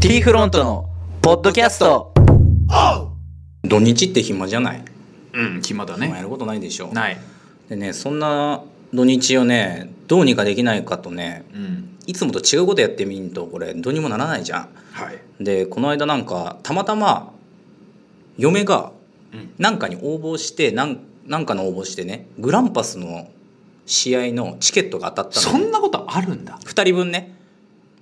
T フロントのポッドキャスト土日って暇じゃない、うん暇だまあやねることないでしょないでねそんな土日をねどうにかできないかとねうんいつもと違うことやってみんとこれどうにもならないじゃはいんでこの間なんかたまたま嫁がうんなんかに応募してなんなんかの応募してねグランパスの試合のチケットが当たったのそんなことあるんだ2人分ね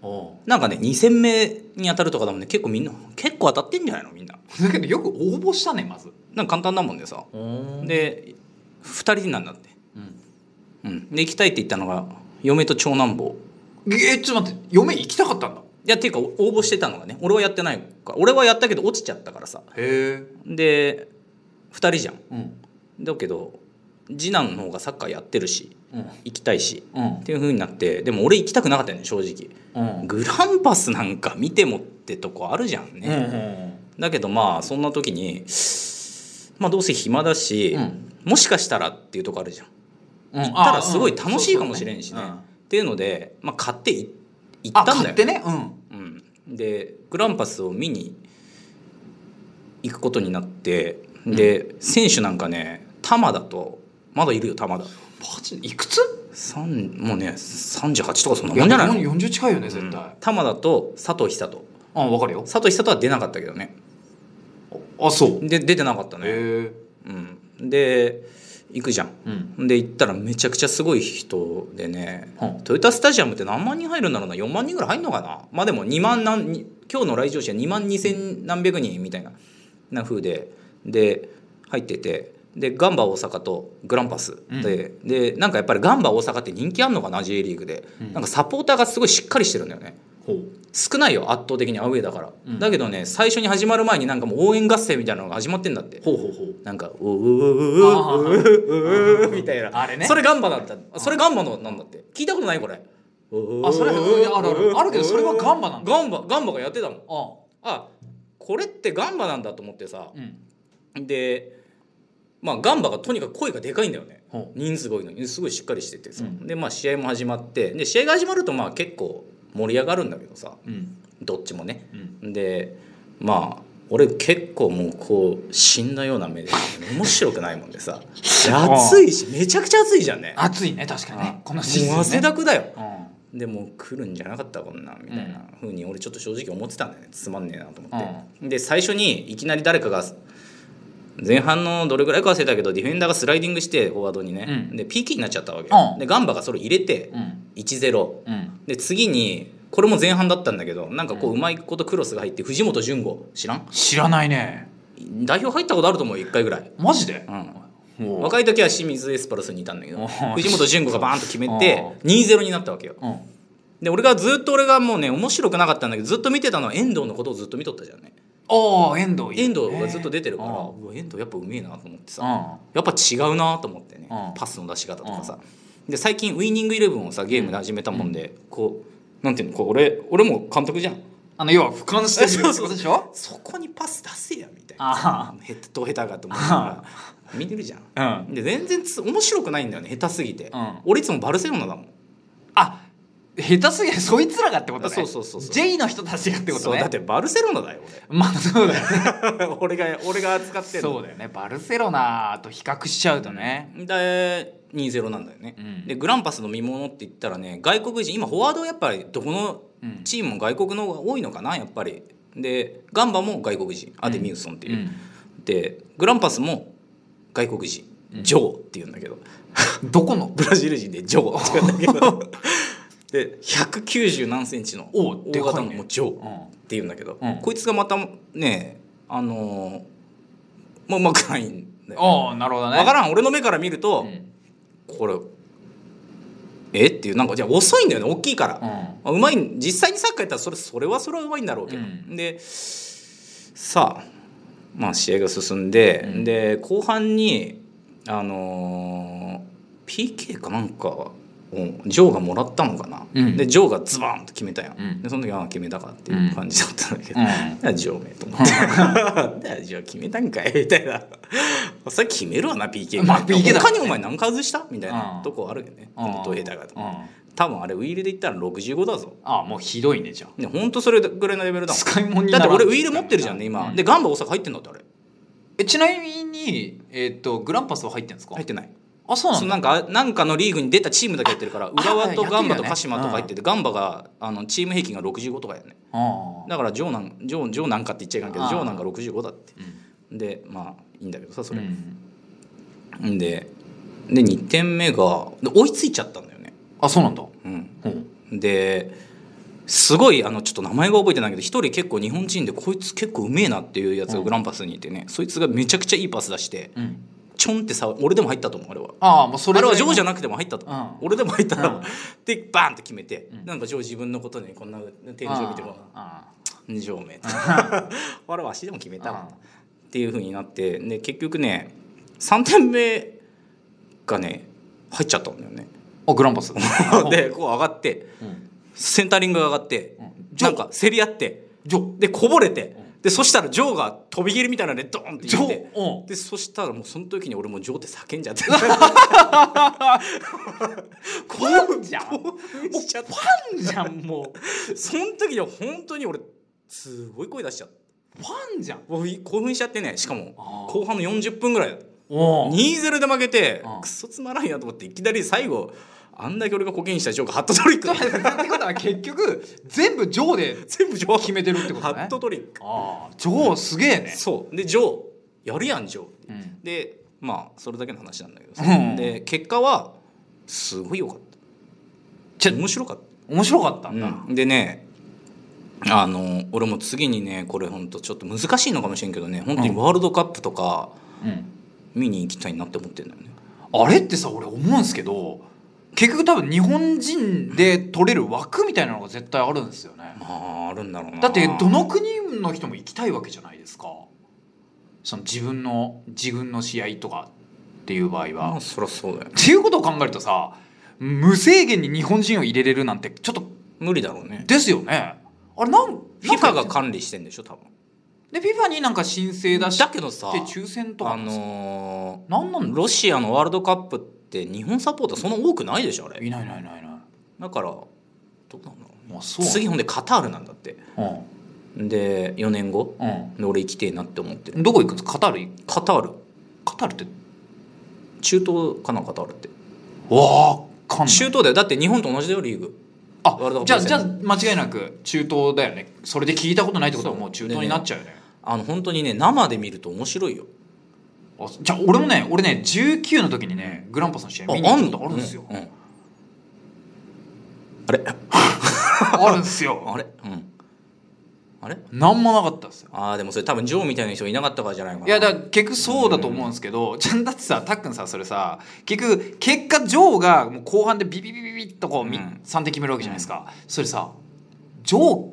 おうなんかね2戦目に当たるとかだもんね結構みんな結構当たってんじゃないのみんなだけどよく応募したねまずなんか簡単だもんでさでで2人なんだってうんうん、で行きたいって言ったのが嫁と長男坊えちょっと待って嫁行きたかったんだいやっていうか応募してたのがね俺はやってないから俺はやったけど落ちちゃったからさへえで2人じゃんうんだけど次男の方がサッカーやってるしうん行きたいしうっんていう風になってでも俺行きたくなかったよね正直うんグランパスなんか見てもってとこあるじゃんうんうね、んだけどまあそんな時にまあどうせ暇だし、うんもしかしたらっていうとこあるじゃんうん行ったらすごい楽しいかもしれんしねっていうので、まあ、買ってい行ったあんだよ買ってねうんうん、でグランパスを見に行くことになってで、選手なんかね玉田とまだいるよ玉田マジいくつ三もうね38とかそんなもんじゃないのや40近いよねう絶ん対玉田と佐藤久人あ分かるよ佐藤久人は出なかったけどねあそうで出てなかったね、へえうん、で行くじゃんうんで行ったらめちゃくちゃすごい人でね、うんトヨタスタジアムって何万人入るんだろうな4万人ぐらい入るのかなまあでも2万何に今日の来場者2万2千何百人みたいなな風でで入っててでガンバ大阪とグランパスで、でなんかやっぱりガンバ大阪って人気あんのかな J リーグで、うんなんかサポーターがすごいしっかりしてるんだよねほう少ないよ圧倒的にアウェーだから、うんだけどね最初に始まる前になんかもう応援合戦みたいなのが始まってんだってほうほうほうなんか「おーおーおーおーおーおーみたいなあれねそれガンバだったそれガンバのなんだって聞いたことないこれあそれあるあるあるけどそれはガンバなんだガンバガンバがやってたもんああこれってガンバなんだと思ってさうんでまあガンバがとにかく声がでかいんだよねほう人数が多いのにすごいしっかりしててさ、うんでまあ試合も始まってで試合が始まるとまあ結構盛り上がるんだけどさうんどっちもねうんでまあ俺結構もうこう死んだような目で面白くないもんで さ暑いしめちゃくちゃ暑いじゃんね暑いね確かにねこのシーズンねもう汗だくだようんでもう来るんじゃなかったこんなんみたいなふうに俺ちょっと正直思ってたんだよねつまんねえなと思って、で最初にいきなり誰かが前半のどれぐらいか忘れたけどディフェンダーがスライディングしてフォワードにね、うんで PK になっちゃったわけ、うんでガンバがそれ入れてうん1-0うんで次にこれも前半だったんだけどなんかこううまいことクロスが入って藤本淳吾知らん知らないね代表入ったことあると思う1回ぐらい、マジでうん、もう若い時は清水エスパルスにいたんだけどおー藤本淳吾がバーンと決め おて2-0になったわけようんで俺がずっと俺がもうね面白くなかったんだけどずっと見てたのは遠藤のことをずっと見とったじゃんねああ遠藤いい遠ね藤がずっと出てるから、うんうわ遠藤やっぱうめえなと思ってさ、うんやっぱ違うなと思ってね、うんパスの出し方とかさ、で最近ウイニングイレブンをさゲームで始めたもんで、こうなんていうのこう俺俺も監督じゃんあの要は俯瞰してるってことでし ょそこにパス出せやみたいなあヘッドヘタがと思ってさ見てるじゃんあうんで全然つ面白くないんだよね下手すぎて、うん俺いつもバルセロナだもんあ下手すぎるそいつらがってことねそうそうそうそう J の人たちがってことそうねだってバルセロナだよまあそうだ よね俺俺が俺が扱ってんのそうだよねバルセロナと比較しちゃうとねで2-0なんだよね、うんでグランパスの見ものって言ったらね外国人今フォワードはやっぱりどこのうんチームも外国の方が多いのかなやっぱりでガンバも外国人アデミウソンっていう、でグランパスも外国人ジョーっていうんだけど、うんどこのブラジル人でジョーって言うんだけ どで190何センチのお大うでかいね型のもうジョーっうていうんだけど、うんこいつがまたねあのー、まあうまくないんだんよああなるほどね分からん俺の目から見ると、うんこれえっていうなんかじゃあ遅いんだよね大きいから、うまんあうまいん実際にサッカーやったらそれそれはそれはうまいんだろうけど、うんでさあまあ試合が進んで、うんで後半にあのー PK かなんかをジョーがもらったのかな、うんでジョーがズバーンと決めたやん、うんでその時は決めたかっていう感じだったんだけど、うんなんだジョーめと思って。なんだジョー決めたんかいみたいな。それ決めるわな、PK まあ PK だ他にお前何回外したみたいなうんとこあるよね。うんこのトヘタが。っうん多分あれウィールで言ったら65だぞああもうひどいねじゃね本当それぐらいのレベルあだもん使い物にだなっらてん俺ウィール持ってるじゃんね今、うんでガンバ大阪入ってんだってあれえちなみにえっとグランパスは入ってんですか入ってないあそうなそんうだなんかなんかのリーグに出たチームだけやってるからあ浦和とあガンバ野球やとね鹿島とか入ってて、ガンバがあのチーム平均が65とかやねああだから長男長長男かって言っちゃいかんけどあー長男が65だってうんでまあいいんだけどさそれ、うんん、でで2点目がで追いついちゃったんだよね、あそうなんだうん、ほうですごいあのちょっと名前が覚えてないけど一人結構日本人でこいつ結構うめえなっていうやつがグランパスにいてね、そいつがめちゃくちゃいいパス出してうんちょんってさ俺でも入ったと思うあれは。ああもうそれあれはジョーじゃななくても入ったと思う、うん俺でも入ったうら、んでバーンって決めて、うんなんかジョー自分のことにこんな天井見てもあ二条目 俺は足でも決めあたわあっていう風になってで結局ね3点目がね入っちゃったんだよねああグランパスでこう上がってうんセンタリングが上がって、うんなんか競り合ってジョでこぼれて、うでそしたらジョーが飛び蹴りみたいなのでドーンってジ言ョってうんでそしたらもうその時に俺もうジョーって叫ん じゃってファンじゃんフ興奮しちゃってァンじゃんもうその時に本当に俺すごい声出しちゃってファンじゃん興奮しちゃってねしかもあー後半の40分ぐらいだったお お2-0で負けてうんクソつまらんやと思っていきなり最後あんだけ俺がコケにしたジョーがハットトリックってことは結局全部ジョーで全部ジョー決めてるってことハねットトリックああジョーすげえねそうでジョーやるやんジョーうんでまあそれだけの話なんだけどさうんで結果はすごい良かった面白かった面白かったんだうん、でねあの俺も次にねこれほんとちょっと難しいのかもしれんけどね本当にワールドカップとかうん見に行きたいなって思ってるんだよね、あれってさ俺思うんですけど結局多分日本人で取れる枠みたいなのが絶対あるんですよねまああるんだろうなだってどの国の人も行きたいわけじゃないですかその自分の自分の試合とかっていう場合は、まっあそりゃそうだよていうことを考えるとさ無制限に日本人を入れれるなんてちょっと無理だろうねですよねあれなん FIFA ながんか管理してんでしょ多分で FIFA になんか申請出してだけどさ抽選とかあなんですかのなんなんーだロシアのワールドカップって日本サポーターそんな多くないでしょあれいないいないいないいないだからどうなんだろうねまあそうなんだ次ほんでカタールなんだってうで4年後んで俺行きてえなって思ってうるんどこ行くんですかカタール行くカタールカタールって中東かなカタールってわあかんない中東だよだって日本と同じだよリーグあワールドじカゃあップじゃあ間違いなく中東だよねそれで聞いたことないってことはもう中東になっちゃうよねあの本当にね生で見ると面白いよあじゃあ俺もね俺ね19の時にねグランパスの試合見に行ったことあるんですよ、 うんうんあれあるんですあよれうんあれなんもなかったですよあーでもそれ多分ジョーみたいな人いなかったからじゃないかないいやだから結局そうだと思うんですけど、ちゃんだってさたっくんさそれさ結局結果ジョーがもう後半でビビビビビッとこう、みうん3点決めるわけじゃないですか、それさジョー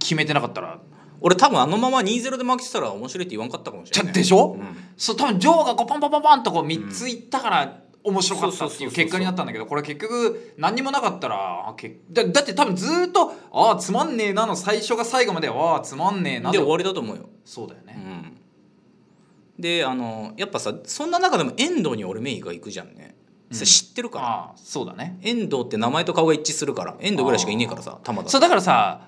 決めてなかったら俺多分あのまま2-0で負けてたら面白いって言わんかったかもしちれょないでしょ、うんそう多分ジョーがこうパンパンパンパンとこう3ついったから面白かったっていうそうそうそうそう結果になったんだけどこれ結局何にもなかったらあけだだって多分ずーっと「ああつまんねえな」の最初が最後まで「ああつまんねえな」でで終わりだと思うよそうだよね、うんであのやっぱさそんな中でも遠藤に俺メイが行くじゃんねそれ知ってるからああそうだね遠藤って名前と顔が一致するから遠藤ぐらいしかいねえからさ玉田そうだからさ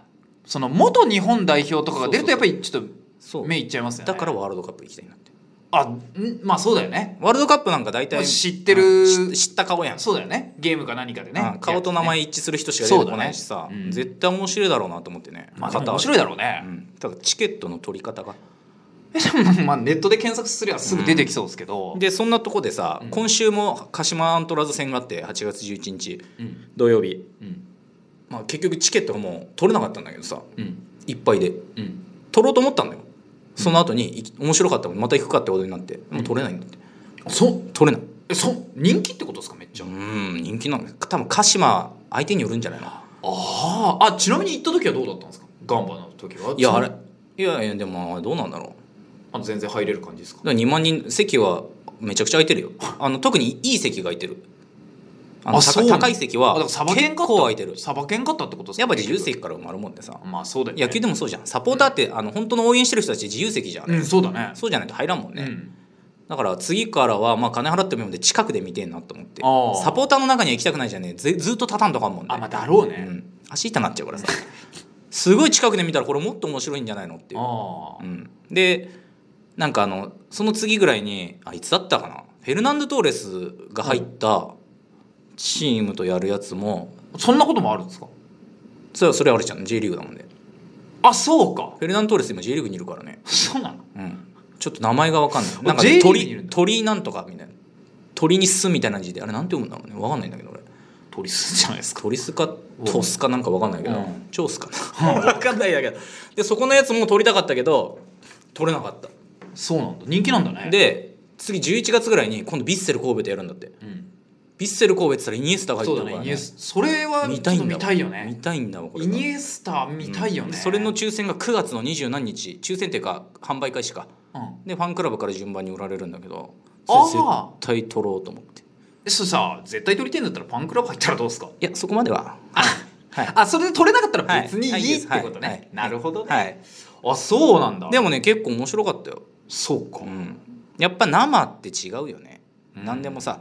その元日本代表とかが出るとやそっうぱりちょっそとう目いっちゃいますよねだからワールドカップ行きたいなってあんまあそうだよねワールドカップなんか大も体う知ってる知知った顔やん、そうだよねゲームか何かでねうん顔と名前一致する人しか出てこないしさ、そうだねうん絶対面白いだろうなと思ってねまあでカもタール面白いだろうね、うん、ただチケットの取り方がえで もまあネットで検索すりゃすぐ出てきそうですけど、でそんなとこでさ、うん今週も鹿島アントラーズ戦があって8月11日うん土曜日、うんまあ、結局チケットがもう取れなかったんだけどさうんいっぱいでうん取ろうと思ったんだよその後にいき面白かったもんまた行くかってことになってもう取れないんだって、そ取れないえそ人気ってことですかめっちじゃゃあうん人気なんです多分鹿島相手によるんじゃないのあああちなみに行った時はどうだったんですかガンバの時はいやあれいやいやでもどうなんだろうあ全然入れる感じですかだから2万人席はめちゃくちゃ空いてるよあの特にいい席が空いてるあのあ高そうなの高い席あはだからサバけん結かった構空いてるサバけんかったってことですかやっぱ自由結席から生まるもんでさ局まあそうだよね野球でもそうじゃんサポーターって、あの本当の応援してる人たち自由席じゃん、うんそうだねそうじゃないと入らんもんね、うんだから次からはまあ金払ってもいいので近くで見てえなと思ってああサポーターの中には行きたくないじゃんねずずっと畳んとかんもんねあまあだろううね、ん、足痛なっちゃうからさすごい近くで見たらこれもっと面白いんじゃないのっていう、ああうん、でなんかあのその次ぐらいにあいつだったかなフェルナンド・トーレスが入ったチームとやるやつもそんなこともあるんですかそれはそれあるじゃん J リーグだもんねあそうかフェルナンド・トーレス今 J リーグにいるからねそうなのうんちょっと名前が分かんないなんか、 J リね、ーグにいる鳥んだ鳥なんとかみたいな鳥にすみたいな字であれなんて読むんだろうね分かんないんだけど俺鳥すじゃないですか鳥スかトスかなんか分かんないけど、うんチョウスか な分かんないんだけどでそこのやつも取りたかったけど取れなかっそうなんだ人気なんだたね、で次11月ぐらいに今度ヴィッセル神戸とやるんだってうん、ヴィッセル神戸って言ったらイニエスタが入そっうてだるかねら、ねイニエスそれは見ちたょっいとんだ見たいよわ見ねたいんだわこれイニエスタ見たいよね、うんそれの抽選が9月の27日抽選っていうか販売開始かうんでファンクラブから順番に売られるんだけどあーそれ絶対取ろうと思ってえそうさ絶対取りてえんだったらパンクラブ入ったらどうですかいやそこまではあ、はいあそれで取れなかったはら別にいいってことね、はいはいなるほどね、はいあそうなんだでもね結構面白かったよそうか、うん、やっぱ生って違うよね、うん何でもさ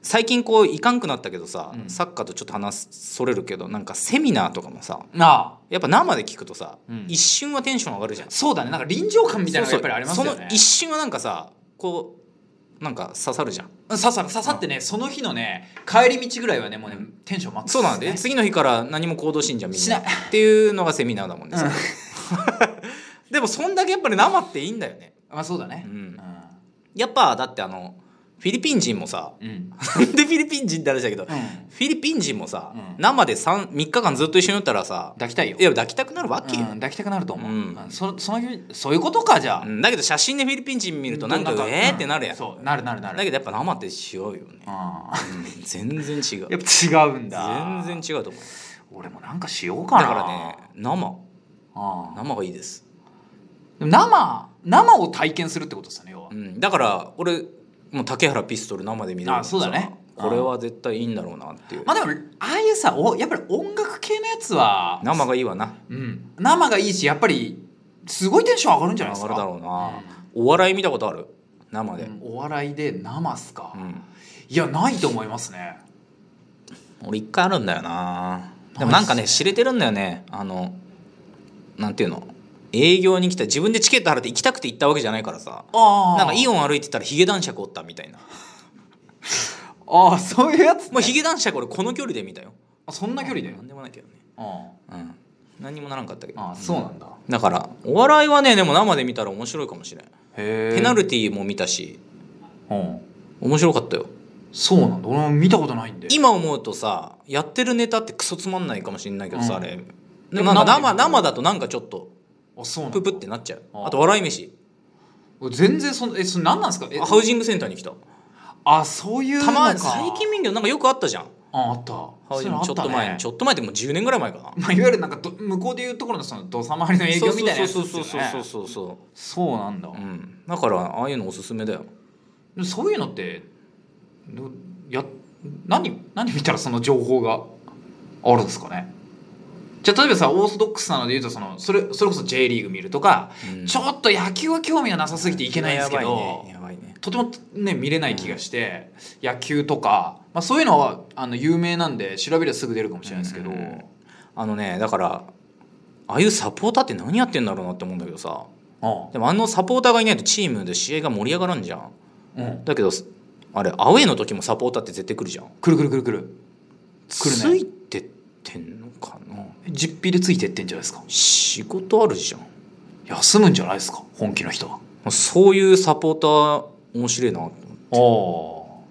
最近こういかんくなったけどさ、うんサッカーとちょっと話それるけどなんかセミナーとかもさなあやっぱ生で聞くとさ、うん一瞬はテンション上がるじゃんそうだねなんか臨場感みたいなのがやっぱりありますよねそうそうその一瞬はなんかさこうなんか刺さるじゃん刺さ刺さってね、その日のね帰り道ぐらいはねもうねテンションマックスそうなんで、ね次の日から何も行動しんじゃんみんしななっいていうのがセミナーだもんね、それ でもそんだけやっぱり生っていいんだよねまあそうだねうんやっぱだってあのフィリピン人もさうんうんでフィリピン人って話だけど、うんフィリピン人もさ、うん生で 3, 3日間ずっと一緒におったらさ抱きたいよいや抱きたくなるわけよう、ん抱きたくなると思う、うんうんそその日そういうことかじゃあ、うんだけど写真でフィリピン人見るとなんかえーってなるやん、うんそうなるなるなるだけどやっぱ生って違うよね、うんうん全然違うやっぱ違うんだ全然違うと思う俺もなんかしようかだなからね生ああ生がいいです、でも生生を体験するってことですよね要は、うん、だから俺もう竹原ピストル生で見れるからさあそうだねこれは絶対いいんだろうなっていう、まあでもああいうさおやっぱり音楽系のやつは、生がいいわなうん、生がいいしやっぱりすごいテンション上がるんじゃないで上すがるかだろうな、お笑い見たことある生で、うんお笑いで生っすか、うんいやないと思いますね俺一回あるんだよなでもなんかね知れてるんだよねあのなんていうの営業に来た自分でチケット払って行きたくて行ったわけじゃないからさああなんかイよオン歩いてたらヒゲ男爵おったみたいなああそういうやつ、ね、もうヒゲ男爵俺この距離で見たよあそんな距離でなんでもないけどねあうん何にもならんかったけどあああそうなんだ、だからお笑いはねでも生で見たら面白いかもしれんへえペナルティーも見たしうん面白かったよそうなんだ俺も見たことないんで今思うとさやってるネタってクソつまんないかもしれないけどさ、うんあれでもなんかでも生生生だとなんかちょっとあそうなんだププってなっちゃうあああと笑い飯全然そのえそれ何なんですかえハウジングセンターに来たあそういうのたかま最近見んけどなんかよくあったじゃんああったハウそういジうンのグあちょたっと前ねにちょっと前ってもう10年ぐらい前かなまあ、いわゆるなんかど向こうでいうところのその土佐回りの営業みたいなやつそうですそよ、うね、そうそうそうそうそうなんだ、そううんだからああいうのおすすめだよでもそういうのってどや何何見たらその情報があるんですかねじゃあ例えばさオーソドックスなので言うとそのそれそれこそ J リーグ見るとか、うんちょっと野球は興味がなさすぎていけないんですけど、やばいねやばいねとてもね見れない気がして、野球とか、まあ、そういうのはあの有名なんで調べりゃすぐ出るかもしれないですけど、うんあのねだからああいうサポーターって何やってんだろうなって思うんだけどさあでもあのサポーターがいないとチームで試合が盛り上がらんじゃんあうんだけどあれアウェーの時もサポーターって絶対来るじゃんくるくるくるくるつ来るねいてってんのかな実費でついてってんじゃないですか仕事あるじゃん休むんじゃないですか本気の人はそういうサポーター面白いなと思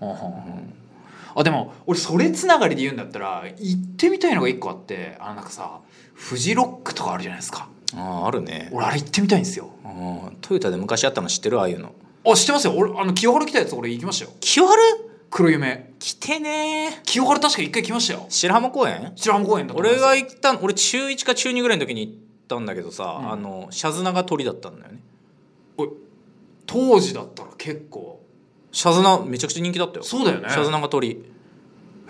ってああでも俺それつながりで言うんだったら行ってみたいのが一個あってあのなんかさフジロックとかあるじゃないですかあああるね俺あれ行ってみたいんですよあートヨタで昔あったの知ってるああいうのあ知ってますよ俺あの清原来たやつ俺行きましたよ清春黒夢来てね清原確か一回来ましたよ白浜公園白浜公園だと思いま俺すが行ったの俺中1か中2ぐらいの時に行ったんだけどさ、うんあのシャズナが鳥だったんだよね当時だったら結構シャズナめちゃくちゃ人気だったよそうだよねシャズナが鳥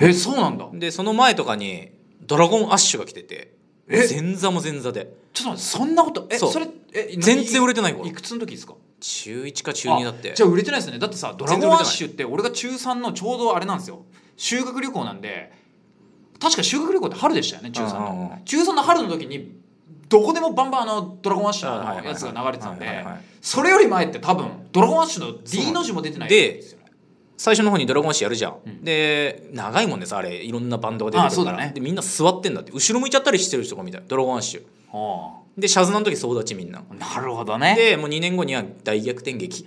えそうなんだでその前とかにドラゴンアッシュが来ててえ前座も前座でちょっと待ってそんなことえそうそれえ全然売れれてないわいくつの時ですか中1か中2だってあじゃあ売れてないですねだってさ「ドラゴンアッシュ」全って俺が中3のちょうどあれなんですよ修学旅行なんで確か修学旅行って春でしたよね中3の、うんうんうん中3の春の時にどこでもバンバンあの「ドラゴンアッシュ」はいはいのはいやつが流れてたんはいはでいはいそれより前って多分「ドラゴンアッシュ」の D の字も出てないすよね最初の方に「ドラゴンアッシュ」やるじゃん、んで長いもんですあれいろんなバンドが出てくるからあそうだねでみんな座ってんだって後ろ向いちゃったりしてる人がみたい「ドラゴンアッシュあ」でシャズナの時総立ちみんなあなるほどねでもう2年後には大逆転劇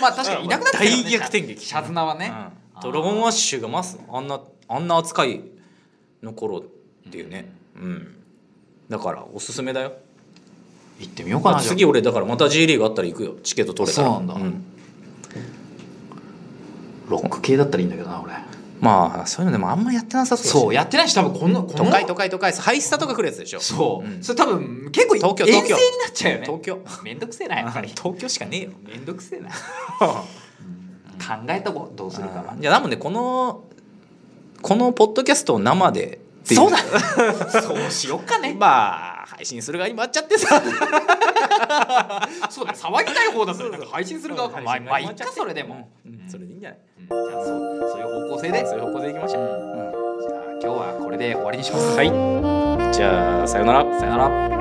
まあ確かにいなくなったよね大逆転劇シャズナはね、うんドラゴンアッシュがまずあんなあんな扱いの頃っていうねうん、だからおすすめだよ行ってみようかな、じゃあ次俺だからまた J リーグあったら行くよチケット取れたらそうなんだロック系だったらいいんだけどな俺まあそういうのでもあんまやってなさそうそうやってないし多分こんなこ都の会都会都会ハイスタとか来るやつでしょそう、うんそれ多分結構東京遠征東に京なっちゃうよね東京めんどくせえなやっぱり東京しかねえよめんどくせえな考えたこうどうするかはじゃあ多分ねこのこのポッドキャストを生でっていそうだそうしよっかねまあ配信する側に回っちゃってさそうだ騒ぎたい方だったらなんか配信する側かまあまあいっっかそれでも、それでいいんじゃないうんじゃあそうそういう方向性で、そういう方向でいきましょう、うんじゃあ今日はこれで終わりにしますはいじゃあさよならさよなら